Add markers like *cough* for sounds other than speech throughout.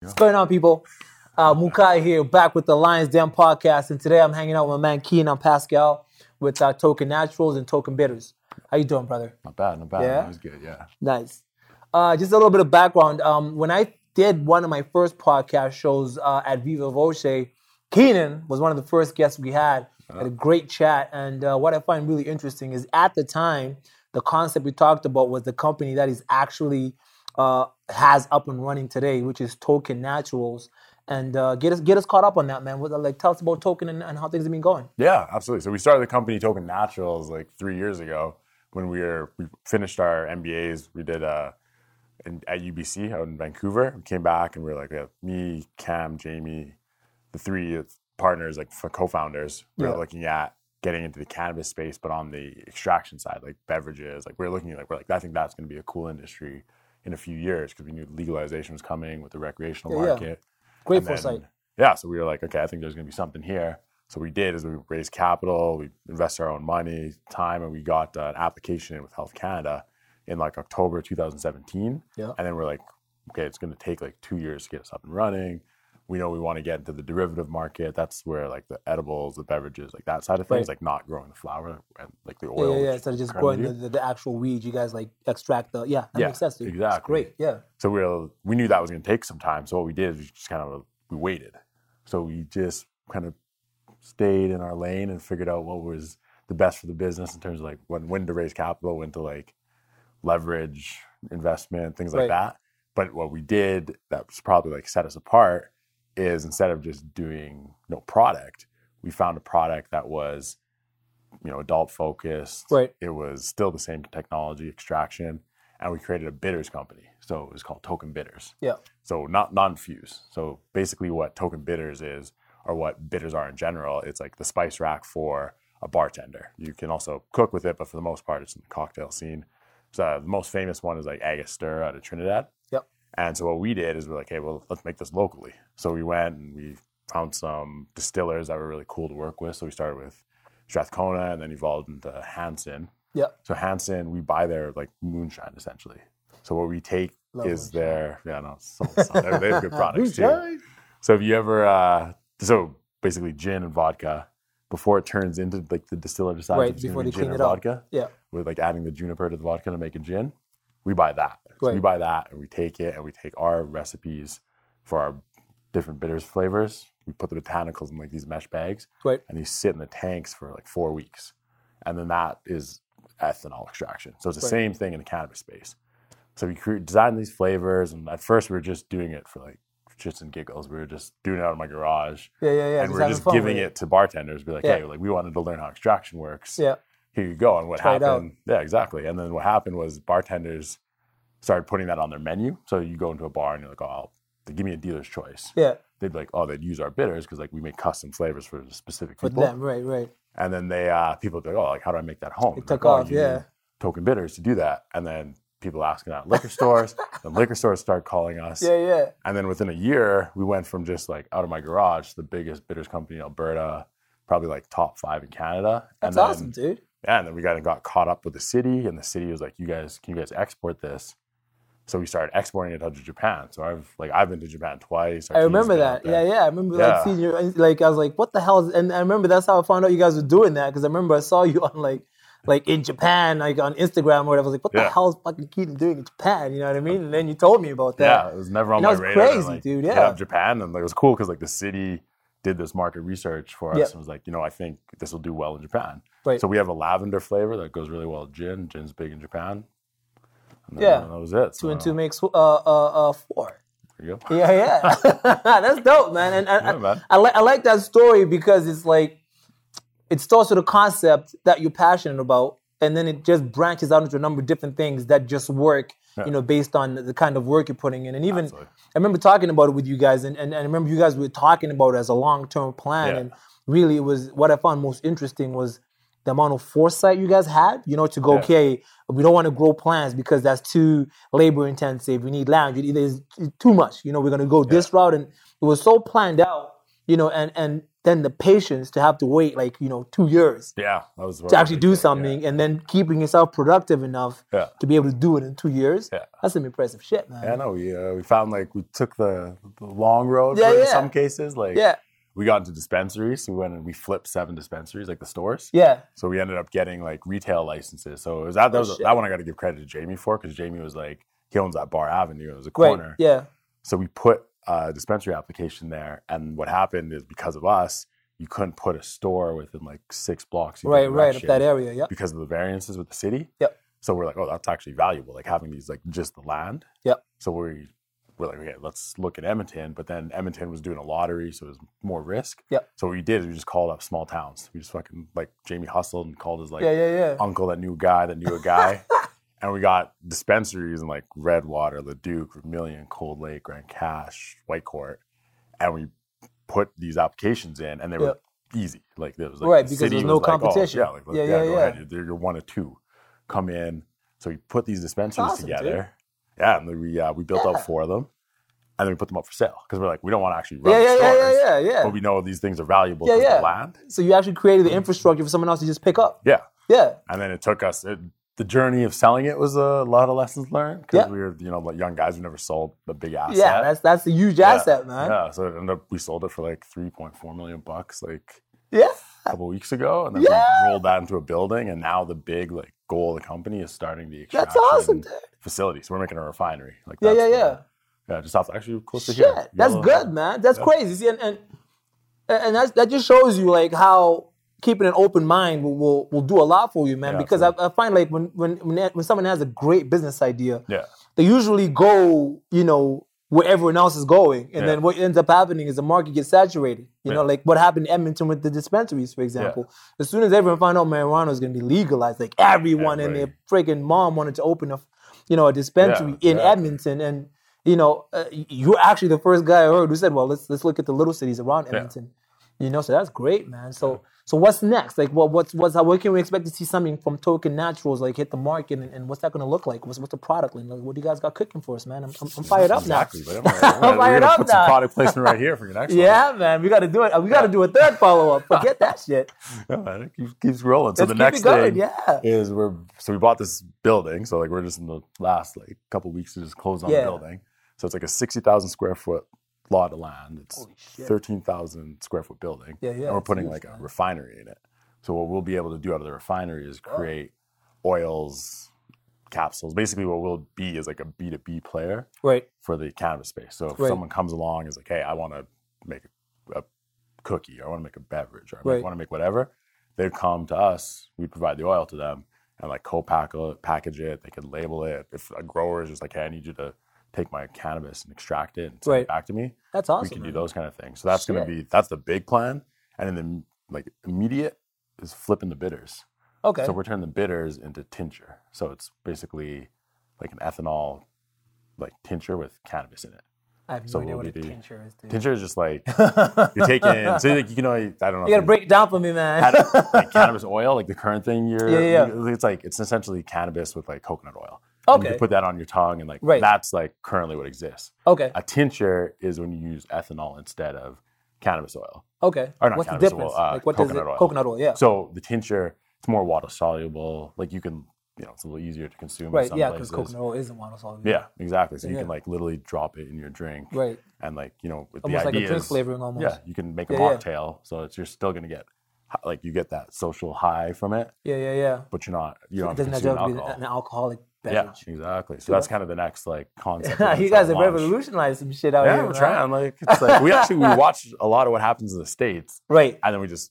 What's going on, people? Uh, Mukai here, back with the Lions Den podcast, and today I'm hanging out with my man Keen. I'm Pascal with uh, Token Naturals and Token Bitters. How you doing, brother? Not bad, not bad. Yeah? That was good, yeah. Nice. Uh, just a little bit of background. Um, when I did one of my first podcast shows uh, at Viva Voce, Keenan was one of the first guests we had. Had a great chat, and uh, what I find really interesting is at the time the concept we talked about was the company that is actually uh, has up and running today, which is Token Naturals. And uh, get us get us caught up on that, man. What, like, tell us about Token and, and how things have been going. Yeah, absolutely. So we started the company Token Naturals like three years ago when we were we finished our MBAs. We did uh in, at UBC out in Vancouver. We came back and we were like, yeah, me, Cam, Jamie, the three partners, like for co-founders, we Yeah. were looking at getting into the cannabis space, but on the extraction side, like beverages. Like we were looking at like we're like, I think that's gonna be a cool industry in a few years because we knew legalization was coming with the recreational Yeah, yeah. market. Great And then- foresight. Yeah, so we were like, okay, I think there's going to be something here. So we did is we raised capital, we invested our own money, time, and we got uh, an application in with Health Canada in like October 2017. Yeah. And then we're like, okay, it's going to take like two years to get us up and running. We know we want to get into the derivative market. That's where like the edibles, the beverages, like that side of things, Right. like not growing the flower and like the Yeah, yeah, oil. yeah. which Instead of just kinda growing do. the, the, the actual weed, you guys like extract the yeah. That Yeah, makes sense. Dude. It's exactly. great. Yeah. So we were, we knew that was going to take some time. So what we did is we just kind of we waited. So we just kind of stayed in our lane and figured out what was the best for the business in terms of like when when to raise capital, when to like leverage investment, things like Right. that. But what we did that was probably like set us apart is instead of just doing no product, we found a product that was you know adult focused. Right. It was still the same technology extraction, and we created a bitters company. So it was called Token Bitters. Yeah. So not non-fuse. So basically, what Token Bitters is, or what bitters are in general, it's like the spice rack for a bartender. You can also cook with it, but for the most part, it's in the cocktail scene. So uh, the most famous one is like Agostura out of Trinidad. Yep. And so what we did is we're like, hey, well, let's make this locally. So we went and we found some distillers that were really cool to work with. So we started with Strathcona and then evolved into Hanson. Yeah. So Hanson, we buy their like moonshine essentially. So what we take Love is moonshine. their yeah, no, so, so- they- they *laughs* have good products too. So if you ever uh, so basically gin and vodka before it turns into like the distiller decides Right, if it's gonna before be they gin clean or it up. vodka, Yeah. with like adding the juniper to the vodka to make a gin, we buy that. So we Right. buy that and we take it and we take our recipes for our different bitters flavors. We put the botanicals in like these mesh bags Right. and these sit in the tanks for like four weeks. And then that is ethanol extraction. So it's the Right. same thing in the cannabis space. So we cre- designed these flavors and at first we were just doing it for like shits and giggles. We were just doing it out of my garage. Yeah, yeah, yeah. and we we're having just fun giving with it to bartenders, be like, Yeah. hey, like we wanted to learn how extraction works Yeah. here you go. And what Try it out. happened? Yeah, exactly. And then what happened was bartenders started putting that on their menu. So you go into a bar and you're like, oh, I'll- give me a dealer's choice. Yeah. They'd be like, oh, they'd use our bitters because like we make custom flavors for specific For people. them, right, right. And then they uh, people would be like, oh, like how do I make that home? It Like, took "Oh, off, you yeah. need Token bitters to do that. And then people asking *laughs* at liquor stores. the liquor stores start calling us. Yeah, yeah. And then within a year, we went from just like out of my garage to the biggest bitters company in Alberta, probably like top five in Canada. That's and then, awesome, dude. yeah, and then we got got caught up with the city, and the city was like, "You guys, can you guys export this?" So we started exporting it out to Japan. So I've like I've been to Japan twice. Our I team's remember been out that. Yeah, there. yeah. I remember like Yeah. seeing you. Like I was like, "What the hell?" Is, and I remember that's how I found out you guys were doing that because I remember I saw you *laughs* on like, like in Japan, like on Instagram or whatever. I was like, "What the Yeah. hell is fucking Keaton doing in Japan?" You know what I mean? And then you told me about that. Yeah, it was never on And my that was radar. crazy, like, dude, hit yeah. up Japan, and like, it was cool because like the city did this market research for us Yeah. and was like, you know, I think this will do well in Japan. Right. So we have a lavender flavor that goes really well with gin. Gin's big in Japan. And then, Yeah. that was Two it. So, and two makes uh uh, uh four. There you go. Yeah, yeah. *laughs* That's dope, man. And I, Yeah, man. I, I, li- I like that story because it's like, it starts with a concept that you're passionate about, and then it just branches out into a number of different things that just work, you know, based on the kind of work you're putting in. And even, Absolutely. I remember talking about it with you guys, and, and, and I remember you guys were talking about it as a long term plan. Yeah. And really, it was what I found most interesting was the amount of foresight you guys had, you know, to go, Yeah. okay, we don't want to grow plants because that's too labor intensive. We need land. It is too much. You know, we're going to go this route. And it was so planned out, you know, and, and than the patience to have to wait like you know two years Yeah, that was what to I was actually do thinking, something and then keeping yourself productive enough Yeah. to be able to do it in two years. Yeah. That's some impressive shit, man. Yeah, I know. We uh, we found like we took the, the long road Yeah, for- in yeah. some cases. Like yeah, we got into dispensaries. So we went and we flipped seven dispensaries, like the stores. yeah. So we ended up getting like retail licenses. So it was that, that, Oh, was, shit. that one I got to give credit to Jamie for because Jamie was like he owns that Bar Avenue. It was a Great. corner. Yeah. So we put a dispensary application there, and what happened is because of us, you couldn't put a store within like six blocks. either Right, right. Up direction that area. Yep. because of the variances with the city. Yep. So we're like, oh, that's actually valuable, like having these, like just the land. Yep. So we we're like, okay, let's look at Edmonton, but then Edmonton was doing a lottery, so it was more risk. Yep. So what we did is we just called up small towns. We just fucking like Jamie hustled and called his like yeah, yeah, yeah. uncle that knew a guy that knew a guy. *laughs* and we got dispensaries in like Redwater, Leduc, Vermilion, Cold Lake, Grand Cash, Whitecourt. And we put these applications in and they were easy. Like there was like Right, the because city there's no was like, oh, competition. yeah, like, Yeah, yeah, yeah, go yeah. ahead. You're, you're one of two. Come in. So we put these dispensaries awesome, dude. together. Yeah, and then we uh, we built Yeah. up four of them. And then we put them up for sale because we're like, we don't want to actually run Yeah, yeah, stores, yeah, yeah, yeah, yeah. but we know these things are valuable Yeah, to yeah. the land. So you actually created the infrastructure for someone else to just pick up. Yeah, Yeah. and then it took us it, the journey of selling it was a lot of lessons learned because Yeah. we were you know like young guys who never sold the big asset. Yeah, that's that's a huge Yeah. asset, man. Yeah, so it ended up we sold it for like three point four million bucks like Yeah. a couple weeks ago, and then Yeah. we rolled that into a building, and now the big like goal of the company is starting the extraction That's awesome, dude. facility. So we're making a refinery. Like Yeah, yeah, that's yeah. the- yeah, just off actually close Shit, to here. that's Yellow- good, man. That's Yeah. crazy. See, and and and that's, that just shows you like how keeping an open mind will will, will do a lot for you, man. Yeah, because I, I find like when when when that- when someone has a great business idea, Yeah, they usually go, you know, where everyone else is going, and Yeah. then what ends up happening is the market gets saturated. You know, Yeah. like what happened in Edmonton with the dispensaries, for example. As soon as everyone found out marijuana was going to be legalized, like everyone and Everybody. their freaking mom wanted to open a, you know, a dispensary Yeah, in yeah. Edmonton, and you know, uh, y- you're actually the first guy I heard who said, "Well, let's let's look at the little cities around Edmonton." You know, so that's great, man. So. So what's next? Like, what, what's what's how, what can we expect to see something from Token Naturals like hit the market, and, and what's that going to look like? What's what's the product line? Like, what do you guys got cooking for us, man? I'm, I'm, I'm fired up now. exactly. But *laughs* I'm, I'm we're fired gonna up put now. some product placement right here for your next one. Yeah, man, we got to do it. We got to do a third follow up. Forget that shit. *laughs* Yeah, man, it keeps, keeps rolling. *laughs* So Let's the keep next it going. thing yeah. is we're so we bought this building. So like we're just in the last like couple weeks to just close on Yeah. the building. So it's like a sixty thousand square foot lot of land. It's Holy shit. thirteen thousand square foot building. Yeah, yeah, And we're it's putting huge, like a man. refinery in it. So what we'll be able to do out of the refinery is Oh. create oils, capsules. Basically, what we'll be is like a B two B player Right. for the cannabis space. So if Right. someone comes along and is like, hey, I want to make a, a cookie or I want to make a beverage or I Right. want to make whatever, they'd come to us. We provide the oil to them and like co-pack it, package it. They could label it. If a grower is just like, hey, I need you to take my cannabis and extract it and send Right. it back to me, That's awesome. we can do man. those kind of things. So that's going to Shit. be, that's the big plan. And then the like immediate is flipping the bitters. Okay. So we're turning the bitters into tincture. So it's basically like an ethanol like tincture with cannabis in it. I have no so idea what we'll a be the- tincture is. Dude. Tincture is *laughs* just like you're taking. So like, you know, I don't know. You got to break it down for me, man. like cannabis oil, like the current thing. You're, Yeah, yeah, It's like it's essentially cannabis with like coconut oil. And You okay. can put that on your tongue, and like Right. that's like currently what exists. Okay. A tincture is when you use ethanol instead of cannabis oil. Okay. Or not What's the cannabis, difference? well, uh, like, what does coconut it? oil. Coconut oil. Yeah. So the tincture, it's more water soluble. Like you can, you know, it's a little easier to consume. In right. some Yeah, because places. coconut oil isn't water soluble. Yeah, exactly. So you Yeah. can like literally drop it in your drink, Right. and like you know, with Almost the like idea a drink is- flavoring, almost. Yeah, you can make a Yeah, yeah. mocktail, so it's you're still gonna get hi- like you get that social high from it, Yeah. Yeah. Yeah. but you're not you don't It have to doesn't have consume to be alcohol. an alcoholic yeah, *laughs* beverage. *laughs* exactly. So that's kind of the next like concept. that you we're trying guys to have launch. revolutionized some shit out Yeah, here. we're man. trying. Like it's *laughs* like we actually we watch a lot of what happens in the states, Right. and then we just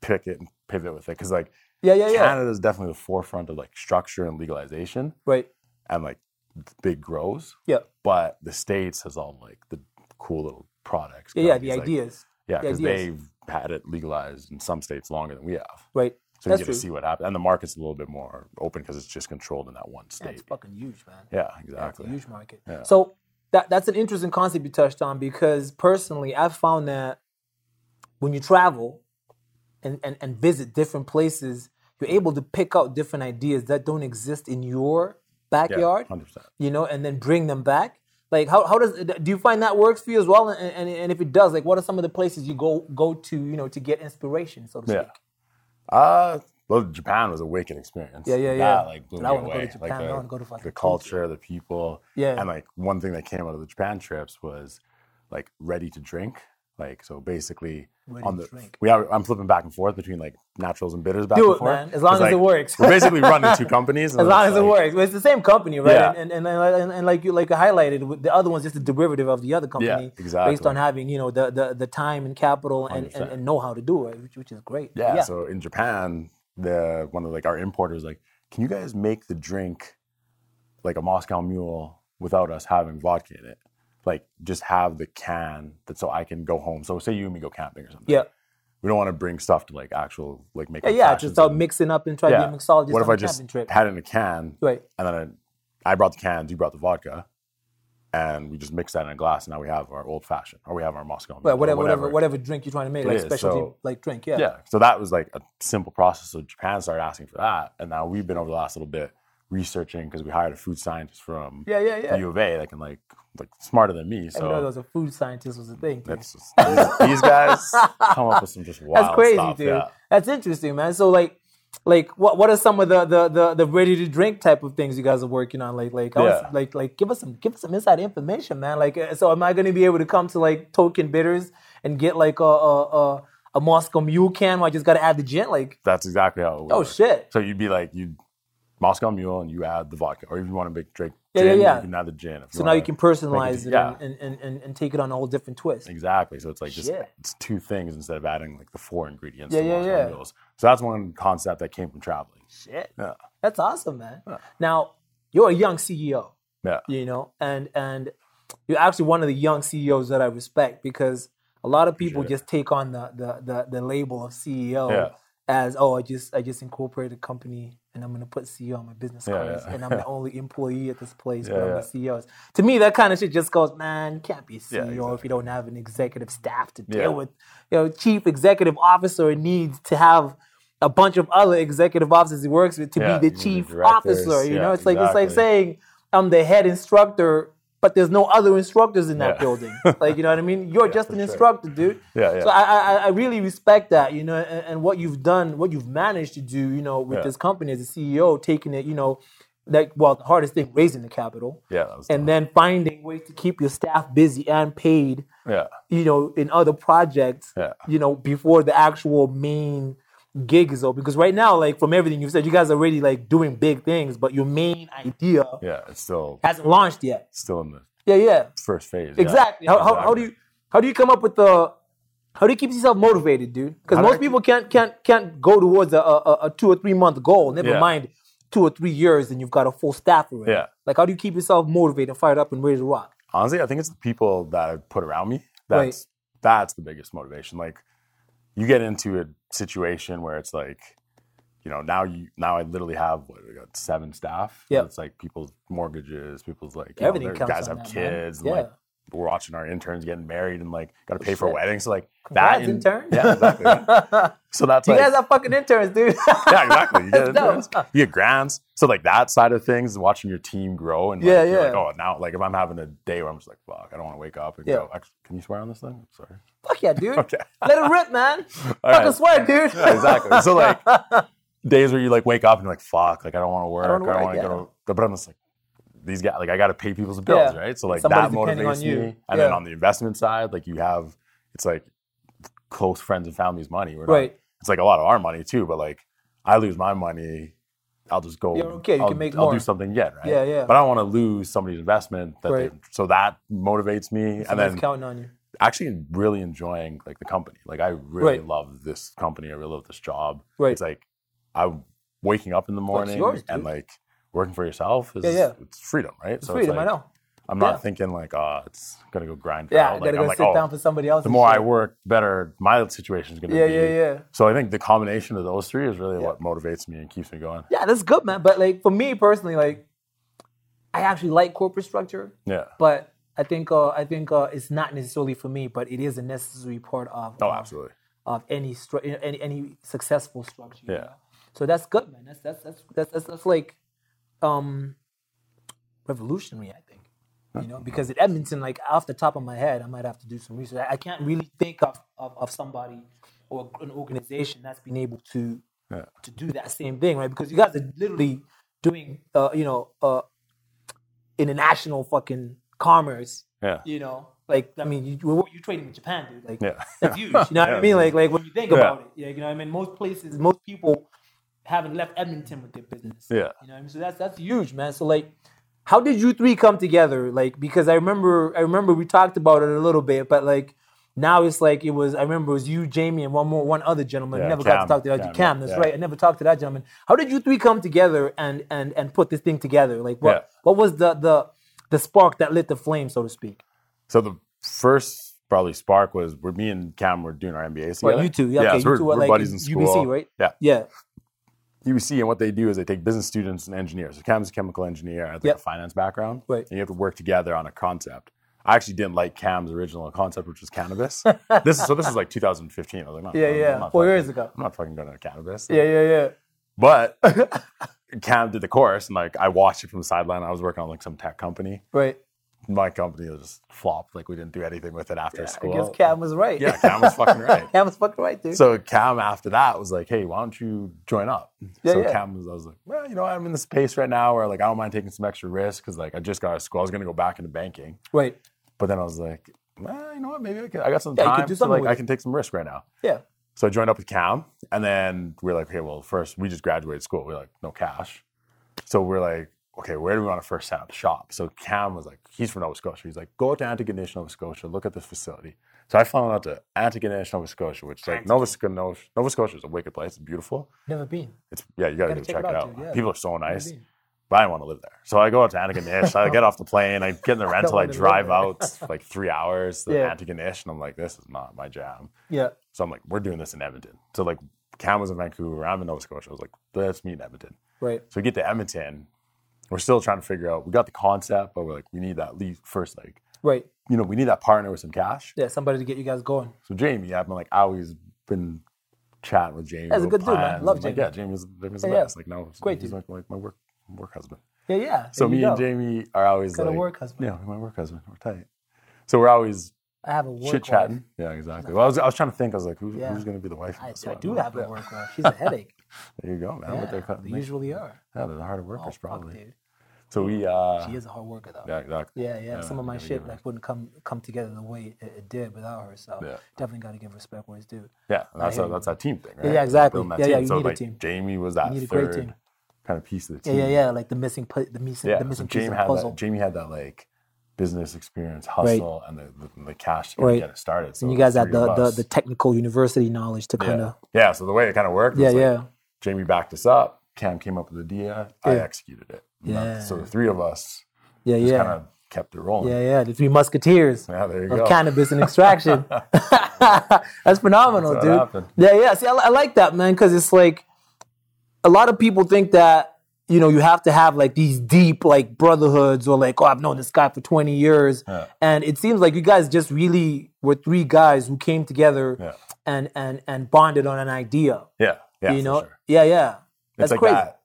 pick it and pivot with it because like Yeah, yeah, yeah. Canada is definitely the forefront of like structure and legalization Right. and like big grows, Yeah. but the states has all like the cool little products. Yeah, yeah. The companies, like- ideas. Yeah, The because ideas. they've had it legalized in some states longer than we have. Right. So That's you get true. to see what happens. And the market's a little bit more open because it's just controlled in that one That's state. fucking huge, man. Yeah, That's a exactly. huge market. Yeah. So that that's an interesting concept you touched on because personally, I've found that when you travel and, and, and visit different places, you're able to pick out different ideas that don't exist in your Yeah, backyard. 100%. you know, and then bring them back. Like how, how does do you find that works for you as well? And, and and if it does, like what are some of the places you go go to, you know, to get inspiration, so to Yeah. speak? Uh, well, Japan was a wicked experience. Yeah, yeah, that, yeah. Like, blew Dude, me I wanna go to away. Japan. Like I the, wanna go to fucking the culture, the people. Yeah. And like one thing that came out of the Japan trips was like ready to drink. Like so, basically Ready on to the drink. we are I'm flipping back and forth between like naturals and bitters back Do and it, forth. man, as long 'Cause, as it like, works. we're basically running *laughs* two companies. and As then long it's as it like- works, Well, it's the same company, right? Yeah. And, and, and, and, and like you like I highlighted, with- the other one's just a derivative of the other company, based exactly. on having you know the the, the time and capital and, and, 100%. and know how to do it, which, which is great. Yeah, So in Japan, the one of like our importers like, can you guys make the drink like a Moscow Mule without us having vodka in it? Like just have the can that so I can go home. So say you and me go camping or something. yeah, We don't want to bring stuff to like actual like make. yeah, yeah. Just start mixing up and try Yeah. to be a mixologist on What if I a just camping trip. had it in a can Right. and then I, I brought the cans, you brought the vodka, and we just mixed that in a glass, and now we have our old fashioned or we have our Moscow Mule. But or whatever, whatever, whatever drink you're trying to make, like is, specialty, so- like drink, *laughs* yeah. So that was like a simple process. So Japan started asking for that, and now we've been over the last little bit researching because we hired a food scientist from yeah, yeah, yeah. the U of A that can like like smarter than me. I didn't know there *laughs* So was a food scientist was a thing. dude. that's just, these, these guys *laughs* come up with some just wild That's crazy, stuff. dude. Yeah. That's interesting, man. So like, like what what are some of the the the, the ready to drink type of things you guys are working on? Like like I was- Yeah. like like give us some give us some inside information, man. Like uh, so, am I going to be able to come to like Token Bitters and get like a a a, a Moscow Mule can? Where I just got to add the gin. Like That's exactly how it works. oh shit, So you'd be like you Moscow Mule, and you add the vodka, or if you want to make drink Yeah, gin, yeah, yeah. you can add the gin. If so now you wanna- can personalize it yeah. and, and, and and take it on a whole different twist. Exactly. So it's like just Shit. it's two things instead of adding like the four ingredients. Yeah, to yeah, Moscow yeah. Mules. So that's one concept that came from traveling. Shit, Yeah. that's awesome, man. Now you're a young E CEO. Yeah. you know and and you're actually one of the young ceos that i respect because a lot of people Appreciate just take on the the the, the label of ceo Yeah. as oh i just i just incorporated a company and i'm going to put ceo on my business Yeah, cards yeah. and *laughs* i'm the only employee at this place Yeah, but i'm yeah. the ceo to me that kind of shit just goes man you can't be a ceo if exactly. you don't have an executive staff to deal Yeah. with you know chief executive officer needs to have a bunch of other executive officers he works with to Yeah, be you the need chief directors. officer you Yeah, know it's like it's like exactly. saying saying I'm the head instructor, but there's no other instructors in that Yeah. building. Like, you know what I *laughs* mean? You're just for an sure. instructor, dude. Yeah, yeah. So I, I, I- I really respect that, you know, and, and what you've done, what you've managed to do, you know, with Yeah. this company as a CEO, taking it, you know, like, well, the hardest thing, raising the capital. Yeah. That was And then finding ways to keep your staff busy and paid, yeah. you know, in other projects, Yeah. you know, before the actual main gig is over. Because right now, like from everything you've said, you guys are already like doing big things, but your main idea Yeah. It's still hasn't launched yet. still in the Yeah, yeah, first phase. yeah. exactly. How, how, how do you how do you come up with the how do you keep yourself motivated, dude? Because How do most I people can't can't can't go towards a, a, a two or three month goal. Never Yeah. mind two or three years, and you've got a full staff already. Yeah. Like, how do you keep yourself motivated, and fired up, and ready to rock? honestly, I think it's the people that I put around me. Right. That's that's the biggest motivation. Like you get into a situation where it's like, you know, now you now I literally have what I got seven staff. Yeah. It's like people's mortgages, people's like you know, Everything their counts guys on have that, man. kids. Yeah. And like we're watching our interns getting married and like got to pay for shit. weddings. So like Congrats, in- intern. Yeah, exactly. *laughs* so that's You like guys are fucking interns, dude. *laughs* *laughs* yeah, exactly. You get, That's dope. interns, you get grants. So like that side of things, watching your team grow and like, Yeah, you're yeah. like, oh, now like if I'm having a day where I'm just like, fuck, I don't want to wake up and Yeah. go. Actually, can you swear on this thing? Sorry. *laughs* Fuck yeah, dude. Okay. Let it rip, *laughs* man. fucking right. swear, dude. Yeah, *laughs* exactly. So like days where you like wake up and you're like, fuck, like I don't want to work. I don't don't wanna want to work, go. But I'm just like, these guys, like I got to pay people's bills, Yeah. right? So like Somebody's that depending on motivates you. me. And Yeah. then on the investment side, like you have, it's like close friends and family's money. We're not- Right. it's like a lot of our money too, but like I lose my money, I'll just go. You're okay, you I'll, can make I'll more. do something again, right? Yeah, yeah. But I don't want to lose somebody's investment. That Right. they, so that motivates me, and Someone's then counting on you. actually really enjoying like the company. Like I really Right. love this company. I really love this job. Right. It's like I'm waking up in the morning yours, dude. and like working for yourself is Yeah, yeah. it's freedom, right? It's freedom, I know. am Yeah. not thinking like, oh, it's gonna go grind. For Yeah, out. I Like, gotta go I'm like, sit oh, down for somebody else. the more I work, better my situation is gonna Yeah, be. yeah, yeah. So I think the combination of those three is really Yeah. what motivates me and keeps me going. Yeah, that's good, man. But like for me personally, like I actually like corporate structure, Yeah. but I think uh, I think uh, it's not necessarily for me, but it is a necessary part of um, Oh, of- absolutely. of any stru- any, any successful structure. you Yeah. know? So that's good, man. That's that's that's that's, that's, that's like um revolutionary, I think. You know, because at Edmonton, like off the top of my head, I might have to do some research. I, I can't really think of, of, of somebody or an organization that's been able to Yeah. to do that same thing, right? Because you guys are literally doing, uh, you know, uh, international fucking commerce. Yeah. You know, like I mean, you, you're, you're trading with Japan, dude. Like Yeah. that's *laughs* huge. You know what I Yeah. mean? Like like when you think Yeah. about it, yeah, you know, what I mean, most places, most people haven't left Edmonton with their business. Yeah. You know, what I mean? so that's that's huge, man. So like, how did you three come together? Like, because I remember, I remember we talked about it a little bit, but like now it's like it was. I remember it was you, Jamie, and one more, one other gentleman. I Yeah, never got to Cam. talk to that Cam. Cam, that's yeah. right. I never talked to that gentleman. How did you three come together and and and put this thing together? Like, what Yeah. what was the the the spark that lit the flame, so to speak? So the first probably spark was where me and Cam were doing our MBAs Well, together. you two, yeah, okay, so you we're, two are we're like buddies in UBC, school. right? Yeah. Yeah, UBC, and what they do is they take business students and engineers. So Cam's a chemical engineer, I have like Yep. a finance background. Right. And you have to work together on a concept. I actually didn't like Cam's original concept, which was *laughs* cannabis. this is so. This is like 2015. I was like, no, yeah, I'm, yeah. I'm not Four fucking- years ago. I'm not fucking going to cannabis. Yeah, yeah, yeah. *laughs* But Cam did the course, and like I watched it from the sideline. I was working on like some tech company. Right. My company was just flopped. Like we didn't do anything with it after I school. guess Cam was right. Yeah, Cam was *laughs* fucking right. Cam was fucking right, dude. So Cam after that was like, "Hey, why don't you join up?" Yeah, so yeah. Cam was, I was like, "Well, you know, I'm in the space right now where like I don't mind taking some extra risk because like I just got out of school. I was gonna go back into banking, right. but then I was like, well, you know what? Maybe I could. I got some Yeah, you could time. do so, something like with I it. can take some risk right now." Yeah. So I joined up with Cam, and then we were like, "Okay, well, first we just graduated school. We're like, no cash, so we're like." Okay, where do we want to first set up shop? So Cam was like, he's from Nova Scotia. He's like, go to Antigonish, Nova Scotia, look at this facility. So I found out to Antigonish, Nova Scotia, which like Nova Scotia, Nova Scotia is a wicked place. It's beautiful. Never been. It's yeah, you gotta, Gotta go check check, it it out, out. dude, yeah. People are so nice, been. but I didn't want to live there. So I go out to *laughs* Antigonish. I get off the plane. I get in the rental. I wanna live drive there. out like three hours to Yeah. Antigonish, and I'm like, this is not my jam. Yeah. So I'm like, we're doing this in Edmonton. So like, Cam was in Vancouver. I'm in Nova Scotia. I was like, let's meet in Edmonton. Right. So we get to Edmonton. We're still trying to figure out. We got the concept, but we're like, we need that lead first. Like, Right. you know, we need that partner with some cash. Yeah. Somebody to get you guys going. So Jamie, I've been like, I always been chatting with Jamie. That's a about good dude, man. plans. Love I'm like, Jamie. yeah, Jamie's, Jamie's the Yeah, yeah. best. Like, no, Great he's dude. like, like my work work husband. Yeah. Yeah. There So you me and go. Jamie are always Got a like, work husband. yeah, my work husband. We're tight. So we're always I have a work chit wife. chatting. Yeah, exactly. Well, I was, I was trying to think. I was like, who's, Yeah. who's going to be the wife? in I, this I one? do have a work wife. *laughs* She's a headache. There you go, man. yeah, What they're cutting. they usually are. yeah, they're the harder Oh, workers fuck, probably. dude. so we, uh, She is a hard worker though. yeah, exactly. Yeah, yeah. Some of my gotta shit give her- like wouldn't come come together the way it, it did without her. So Yeah. definitely got to give respect where it's due. Yeah, and that's hear a, you. that's that team thing, right? yeah, exactly. Building that Yeah, yeah, team. you so need a like team. Jamie was that need a great third team. kind of piece of the Yeah, team. yeah, yeah. Like the missing pu- the missing Yeah, the so missing piece Jamie of the had puzzle. that. Jamie had that like business experience, hustle, and the, the, the cash to kinda Right. get it started. So and you guys the had three the, of the us- the technical university knowledge to kind yeah. of yeah. So the way it kind of worked, was yeah, like, yeah. Jamie backed us up. Cam came up with the idea. I Yeah. executed it. And that's- So Yeah. the three of us Yeah, just yeah. kind of kept it rolling. yeah, yeah. The three musketeers. Yeah, there you of go. cannabis and *laughs* extraction. That's phenomenal, That's what dude. happened. Yeah, yeah. See, I, li- I like that, man, because it's like a lot of people think that you know you have to have like these deep like brotherhoods or like oh I've known this guy for twenty years, Yeah. and it seems like you guys just really were three guys who came together Yeah. and and and bonded on an idea. yeah, yeah, you for know, sure. yeah, yeah. That's it's like crazy. that.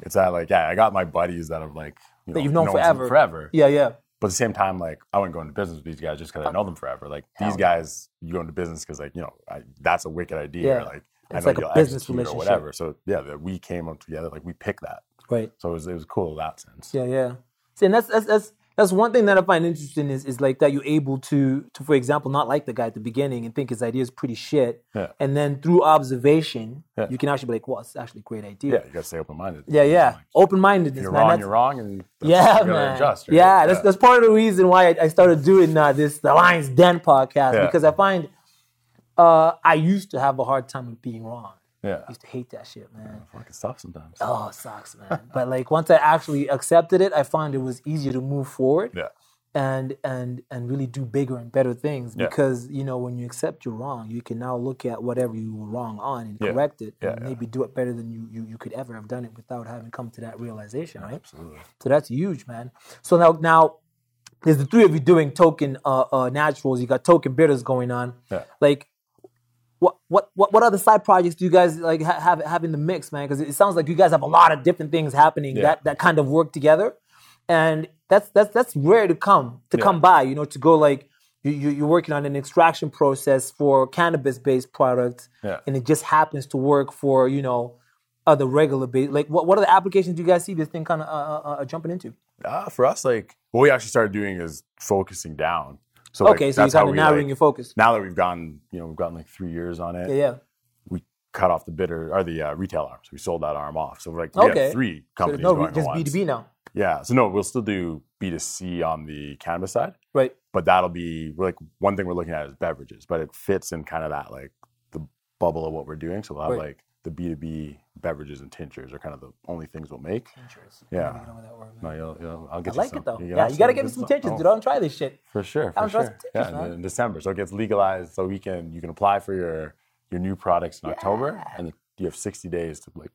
It's that like yeah, I got my buddies that have like you know, you've known them forever. forever. Yeah, yeah. But at the same time, like I wouldn't go into business with these guys just because I know them forever. Like these guys, you go into business because like you know I, that's a wicked idea. Yeah. Like It's I know like a you'll business execute relationship. or whatever. So yeah, that we came up together. Like we picked that. Right. So it was, it was cool in that sense. Yeah, yeah. See, and that's that's that's that's one thing that I find interesting is is like that you're able to to for example not like the guy at the beginning and think his idea is pretty shit, Yeah. and then through observation Yeah. you can actually be like, well, it's actually a great Yeah, idea. you gotta stay open minded. Yeah, yeah. Open mindedness, You're man. wrong. That's- You're wrong, and that's- yeah, you gotta man. adjust, right? Yeah, that's that's part of the reason why I, I started doing uh, this the Lions Den podcast Yeah. because I find uh, I used to have a hard time with being wrong. yeah. I used to hate that shit, man. Fucking stuff sometimes. Oh, it sucks, man. but like once I actually accepted it, I found it was easier to move forward Yeah, and and and really do bigger and better things Yeah. because you know when you accept you're wrong you can now look at whatever you were wrong on and Yeah. correct it Yeah, and yeah. maybe do it better than you, you you could ever have done it without having come to that realization right absolutely. so that's huge man so now now there's the three of you doing token uh, uh naturals you got token bitters going on Yeah. like what, what what what other side projects do you guys like ha- have have in the mix, man? Because it sounds like you guys have a lot of different things happening Yeah. that that kind of work together, and that's that's that's rare to come to come by. You know, to go like you, you you're working on an extraction process for cannabis based products, Yeah. and it just happens to work for you know other regular base. Like what what are the applications do you guys see this thing kind of uh, uh, uh, jumping into? Uh, for us, like what we actually started doing is focusing down. So like, Okay, so you're that's how kind of we, narrowing like- your focus. now that we've gotten you know we've gotten like three years on it Yeah, yeah. we cut off the bidder or the uh, retail arm so we sold that arm off so we're like we have Okay. three So there's companies no re- going just at B once. two B now, yeah so no we'll still do b2c on the cannabis side right? but that'll be we're like one thing we're looking at is beverages but it fits in kind of that like the bubble of what we're doing so we'll have Right. like the b2b beverages and tinctures are kind of the only things we'll make yeah no, you'll, you'll, Mm. I'll I get you like some. it though. You yeah, you gotta get give me some some. attention, Oh. dude. I don't try this shit. For sure, I for was just sure. tickets, yeah, man. in- in December, so it gets legalized, so we can you can apply for your your new products in October, and you have sixty days to like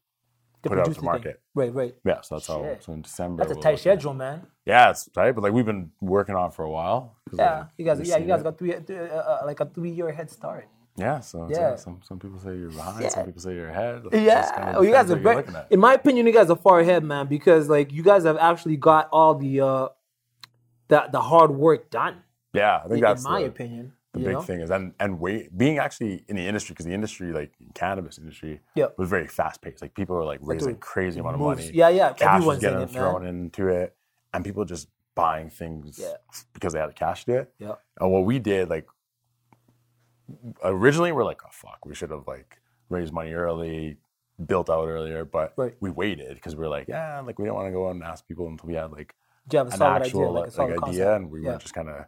To put it out produce the to thing. market. Right, right. yeah. So that's how. Shit. So in December, That's a we'll tight look at- schedule, man. Yeah, it's tight, but like we've been working on it for a while. 'cause, Yeah, like, you guys. we've Yeah, you seen guys it. got three, uh, th- uh, uh, like a three-year head start. Yeah, so it's, Yeah. like some some people say you're behind, Shit. some people say you're ahead. Like, it Yeah, just kinda well, you depends guys are what you're very. looking at. In my opinion, you guys are far ahead, man, because like you guys have actually got all the uh, the the hard work done. Yeah, I think In that's my the- opinion, the you big know? thing is and and wait being actually in the industry because the industry like cannabis industry Yeah. was very fast paced like people were like raising dude, crazy amount of moves. money Yeah, yeah, cash everyone's was getting in it, man. thrown into it and people just buying things Yeah. because they had the cash to do it Yeah. and what we did like originally we're like oh fuck we should have like raised money early built out earlier but Right. we waited because we are like yeah like we don't want to go out and ask people until we had like Do you have a an solid actual idea, like a like, solid idea, concept? and we Yeah. were just kind of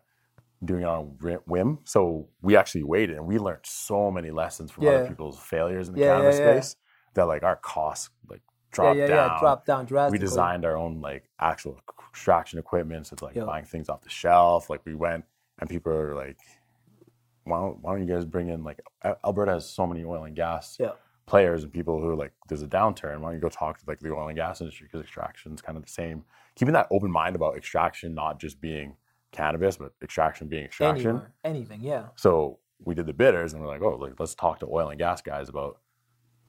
doing it on a whi- whim. So we actually waited, and we learned so many lessons from Yeah. other people's failures in the Yeah, yeah, cannabis yeah. space that like our costs like Yeah, dropped yeah, down. yeah. Drop down we drastically. designed our own like actual extraction equipment, so it's like Yeah. buying things off the shelf. Like we went, and people are like, "Why don't, why don't you guys bring in like Al- Alberta has so many oil and gas Yeah. players and people who are like there's a downturn why don't you go talk to like the oil and gas industry because extraction's kind of the same keeping that open mind about extraction not just being cannabis but extraction being extraction Anywhere, anything, yeah. so we did the bidders and we're like oh like let's talk to oil and gas guys about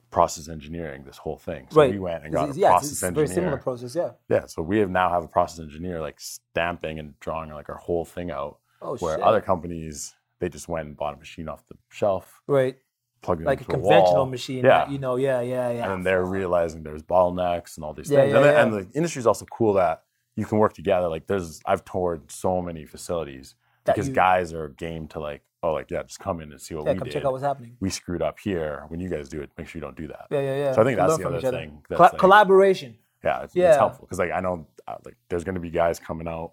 process engineering this whole thing so right. we went and got It's- a yeah, it's- process it's a engineer Very similar process, yeah. yeah so we have now have a process engineer like stamping and drawing like our whole thing out Oh where shit. other companies they just went and bought a machine off the shelf right, plugged it like a into a conventional wall. machine. yeah that, you know, yeah, yeah, yeah. and then they're realizing there's bottlenecks and all these Yeah, things. yeah, and, the, yeah. and the industry's also cool that you can work together. Like there's, I've toured so many facilities That because you- guys are game to like, oh, like yeah, just come in and see what yeah, we come did. check out what's happening. we screwed up here. When you guys do it, make sure you don't do that. Yeah, yeah, yeah. So I think To that's learn the from other each other. thing. That's Colla- like- collaboration, yeah, it's, Yeah. it's helpful because like I know uh, like there's gonna be guys coming out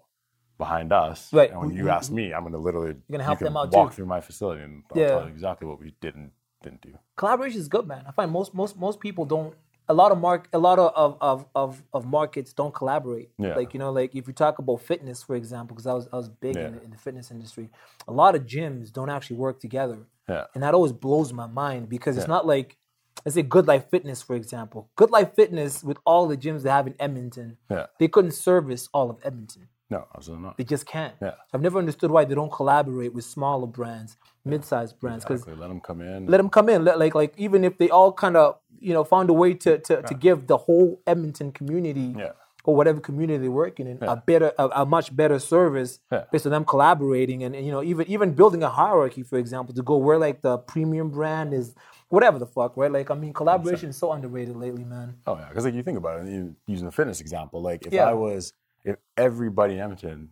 behind us. Right. And when Who- you who- ask me, I'm gonna literally you gonna help can them out Walk too. through my facility and I'll Yeah. tell you exactly what we didn't didn't do. collaboration is good, man. I find most most most people don't. A lot of mark, a lot of of of, of markets don't collaborate. Yeah. Like you know, like if you talk about fitness, for example, because I was I was big in, Yeah. the, in the fitness industry. A lot of gyms don't actually work together, Yeah. and that always blows my mind because it's not like. Let's say Good Life Fitness, for example. Good Life Fitness, with all the gyms they have in Edmonton, Yeah. they couldn't service all of Edmonton. No, absolutely not. They just can't. Yeah. I've never understood why they don't collaborate with smaller brands, mid-sized brands, because Exactly. Let them come in. let them come in. Let, like like even if they all kind of you know found a way to to, to give the whole Edmonton community Yeah. or whatever community they're working in a better a, a much better service Yeah. based on them collaborating and, and, you know even even building a hierarchy for example to go where like the premium brand is whatever the fuck right like I mean collaboration is so underrated lately man Oh yeah, because like you think about it, you, using the fitness example, like if Yeah. I was, if everybody in Edmonton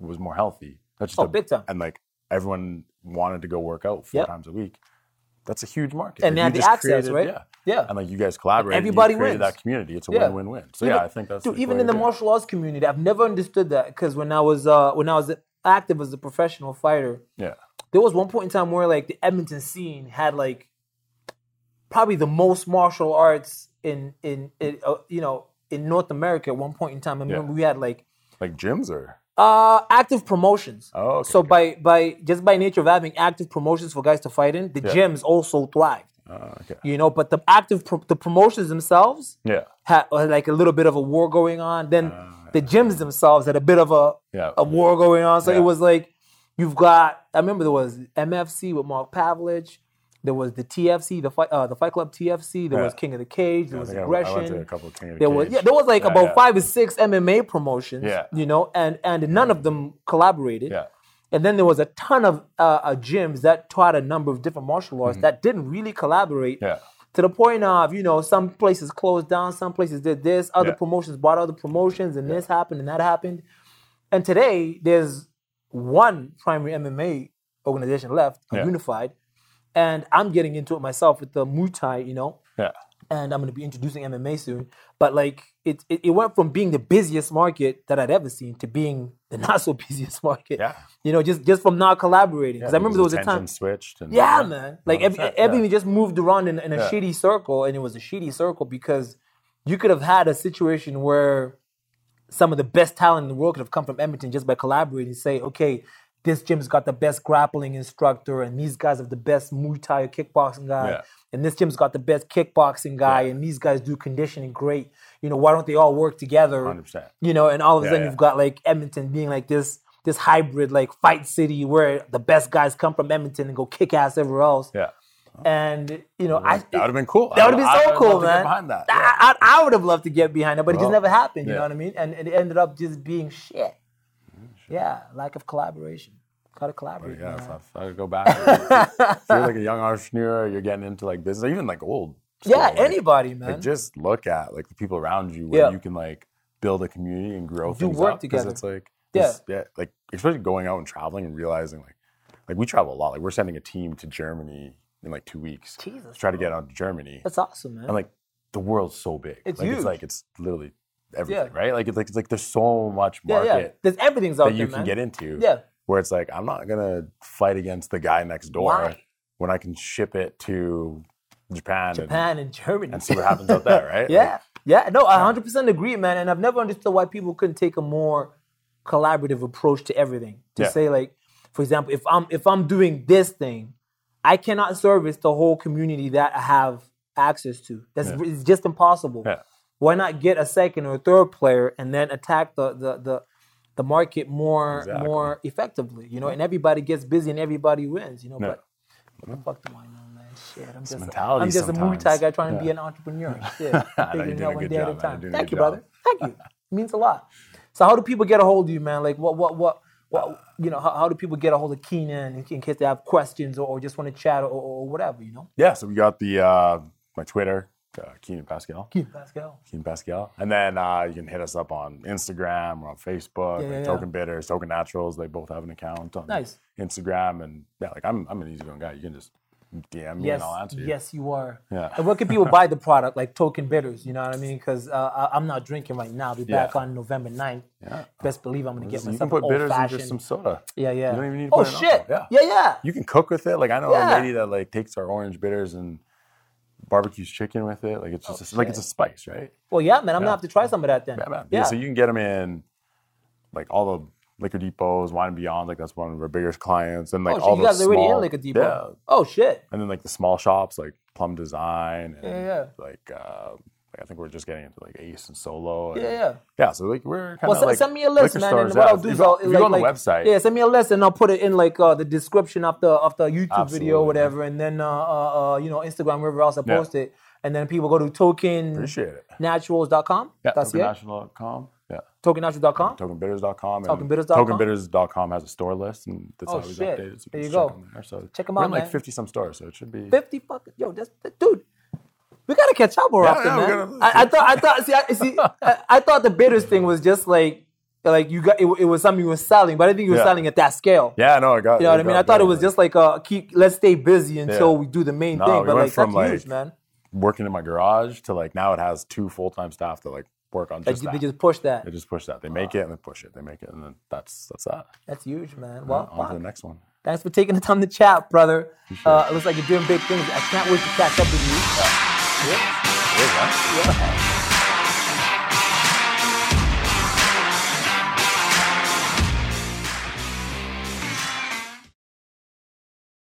was more healthy, that's just Oh, a, big time. and like everyone wanted to go work out four Yep. times a week, that's a huge market. And Like, they had you the just access, created- right? Yeah, Yeah. And like you guys collaborated, everybody you created wins. that community. It's a Yeah. win-win-win. So Even- yeah, I think that's dude like, even what in the you're martial arts community I've never understood that because when I was uh when I was active as a professional fighter doing. Yeah, there was one point in time where like the Edmonton scene had like probably the most martial arts in in, in uh, you know in North America at one point in time. I remember we had like like gyms or uh active promotions. Oh, okay, so okay. by by just by nature of having active promotions for guys to fight in, the gyms also thrived. uh, okay, You know, but the active pro- the promotions themselves yeah, had uh, like a little bit of a war going on. Then the gyms themselves had a bit of a Ah, Yeah. a war going on. So Yeah. it was like you've got. I remember there was MFC with Mark Pavlich. There was the TFC, the fight, uh, the Fight Club TFC. There Yeah. was King of the Cage. There I was think I went- I went to a aggression. couple of King of the There was Cage. yeah, there was like Yeah, about yeah. five or six MMA promotions. Yeah. you know, and and none of them collaborated. Yeah. And then there was a ton of uh, uh, gyms that taught a number of different martial Mm-hmm. arts that didn't really collaborate. Yeah. To the point of, you know, some places closed down, some places did this, other Yeah. promotions bought other promotions, and this happened and that happened. And today, there's one primary MMA organization left, Yeah. Unified. And I'm getting into it myself with the Muay Thai, you know, Yeah. and I'm going to be introducing MMA soon. But like, it, it, it went from being the busiest market that I'd ever seen to being the *laughs* not so busiest market. Yeah. You know, just just from not collaborating. Because I remember there was a attention time. switched. And, Yeah, man. Like every, 100%, yeah. everything just moved around in, in a Yeah. shitty circle, and it was a shitty circle because you could have had a situation where some of the best talent in the world could have come from Edmonton just by collaborating. Say, okay, this gym's got the best grappling instructor, and these guys have the best Muay Thai or kickboxing guy, Yeah. and this gym's got the best kickboxing guy, and these guys do conditioning great. You know, why don't they all work together? 100%. you know, and all of a Yeah, sudden yeah. you've got like Edmonton being like this this hybrid like fight city where the best guys come from Edmonton and go kick ass everywhere else. Yeah. And you know, I That would have been cool. that would have I- been I so would cool, love to get man. Behind that. Yeah. I, I, I would have loved to get behind it, but it just Well, never happened. You yeah. know what I mean? And it ended up just being shit. Yeah, lack of collaboration. Gotta collaborate. Oh, Yeah, man. if I, if I could go back. *laughs* if you're like a young entrepreneur, you're getting into like business, or even like old. Yeah, school, like, anybody, man. Like just look at like the people around you where Yeah. you can like build a community and grow things work up, 'cause together. It's like Yeah. it's- yeah, like especially going out and traveling and realizing like like we travel a lot. Like we're sending a team to Germany in like two weeks. Jesus, to try to get out to Germany. That's awesome, man. And like the world's so big. It's like huge. it's like it's literally everything, Yeah. right? Like it's like it's like there's so much yeah, market yeah. There's everything's out that there, you man. can get into. Yeah. Where it's like, I'm not gonna fight against the guy next door Why? when I can ship it to Japan, And, Japan and Germany. and see what happens out there, *laughs* right? Yeah, yeah, no, I 100% agree, man. And I've never understood why people couldn't take a more collaborative approach to everything. To Yeah. say, like, for example, if I'm if I'm doing this thing, I cannot service the whole community that I have access to. That's it's just impossible. Yeah. Why not get a second or a third player and then attack the the the, the market more Exactly. more effectively? You know, and everybody gets busy and everybody wins. You know, Yeah. but what the fuck do I know, man? Shit, I'm just mentality I'm just sometimes. a Muay Thai guy trying to be an entrepreneur. *laughs* Shit, I know, you're figuring it doing out a one good day at a job, man. time. You're doing a Thank good you, brother. Thank you. It means a lot. So how do people get a hold of you, man? Like what, what, what, what you know? How, how do people get a hold of Keenan in, in case they have questions or, or just want to chat or, or whatever? You know, Yeah, so we got the uh, my Twitter, uh, Keenan Pascal. Keenan Pascal. Keenan Pascal. And then uh, you can hit us up on Instagram or on Facebook, Yeah, like yeah, yeah. Token Bitters, Token Naturals. They both have an account on Nice. Instagram. And yeah, like I'm, I'm an easygoing guy. You can just DM me Yes, and I'll answer you. yes, you are. Yeah. And where can people buy the product, like Token Bitters? You know what I mean? Because uh, I- I'm not drinking right now. I'll be back Yeah. on November 9th. Yeah. Best believe I'm gonna get Listen, you myself can put an bitters in old-fashioned. just some soda. yeah, yeah. You don't even need to oh put it on shit! alcohol. yeah, yeah. You can cook with it. Like I know Yeah. a lady that like takes our orange bitters and barbecues chicken with it. Like it's just a, like it's a spice, right? Well, yeah, man. I'm gonna have to try some of that then. Yeah, man. Yeah. so you can get them in like all the liquor depots, Wine and Beyond. Like that's one of our biggest clients, and like oh, shit, all you the guys already small- in Liquor Depot. Yeah, Oh shit. and then like the small shops like Plum Design and Yeah, yeah. like uh, like, I think we're just getting into like Ace and Solo. And, Yeah, yeah. Yeah, so like we're kind of Well, send, like send me a list, liquor man. And stores, what yeah. I'll do If is you- I'll if you like, go on the like- website. Yeah, send me a list, and I'll put it in like uh, the description of the of the YouTube video or Absolutely. whatever, and then uh, uh, uh, you know Instagram wherever else I Yeah. post it, and then people go to token Appreciate it. naturals.com. Yeah, That's it. tokennational.com. Yeah. Tokennaturals.com. tokenbitters.com. and Tokenbitters.com? Tokenbitters.com has a store list, and that's Oh, always shit. updated. So There you just go. Check, 'em there. So Check 'em we're out, in like man. 50 some stores, so it should be. Fifty fucking yo, that's that, dude. We gotta catch up more Yeah, often, yeah, we man. gotta- *laughs* I, I thought, I thought, see, I, see, I, I thought the bitters thing was just like, like you got it, it was something you were selling, but I think you were Yeah. selling at that scale. Yeah, no, I got You know what I mean? I thought it was just like uh, keep let's stay busy until Yeah. we do the main No, thing. we But went like from, that's huge, like, man. working in my garage to like now it has two full time staff that like work on Like just they that. just push that. they just push that. They make it and they push it. They make it and then that's that's that. That's huge, man. Well, On to fuck. the next one. thanks for taking the time to chat, brother. Uh, it looks like you're doing big things. I can't wait to catch up with you. There you go.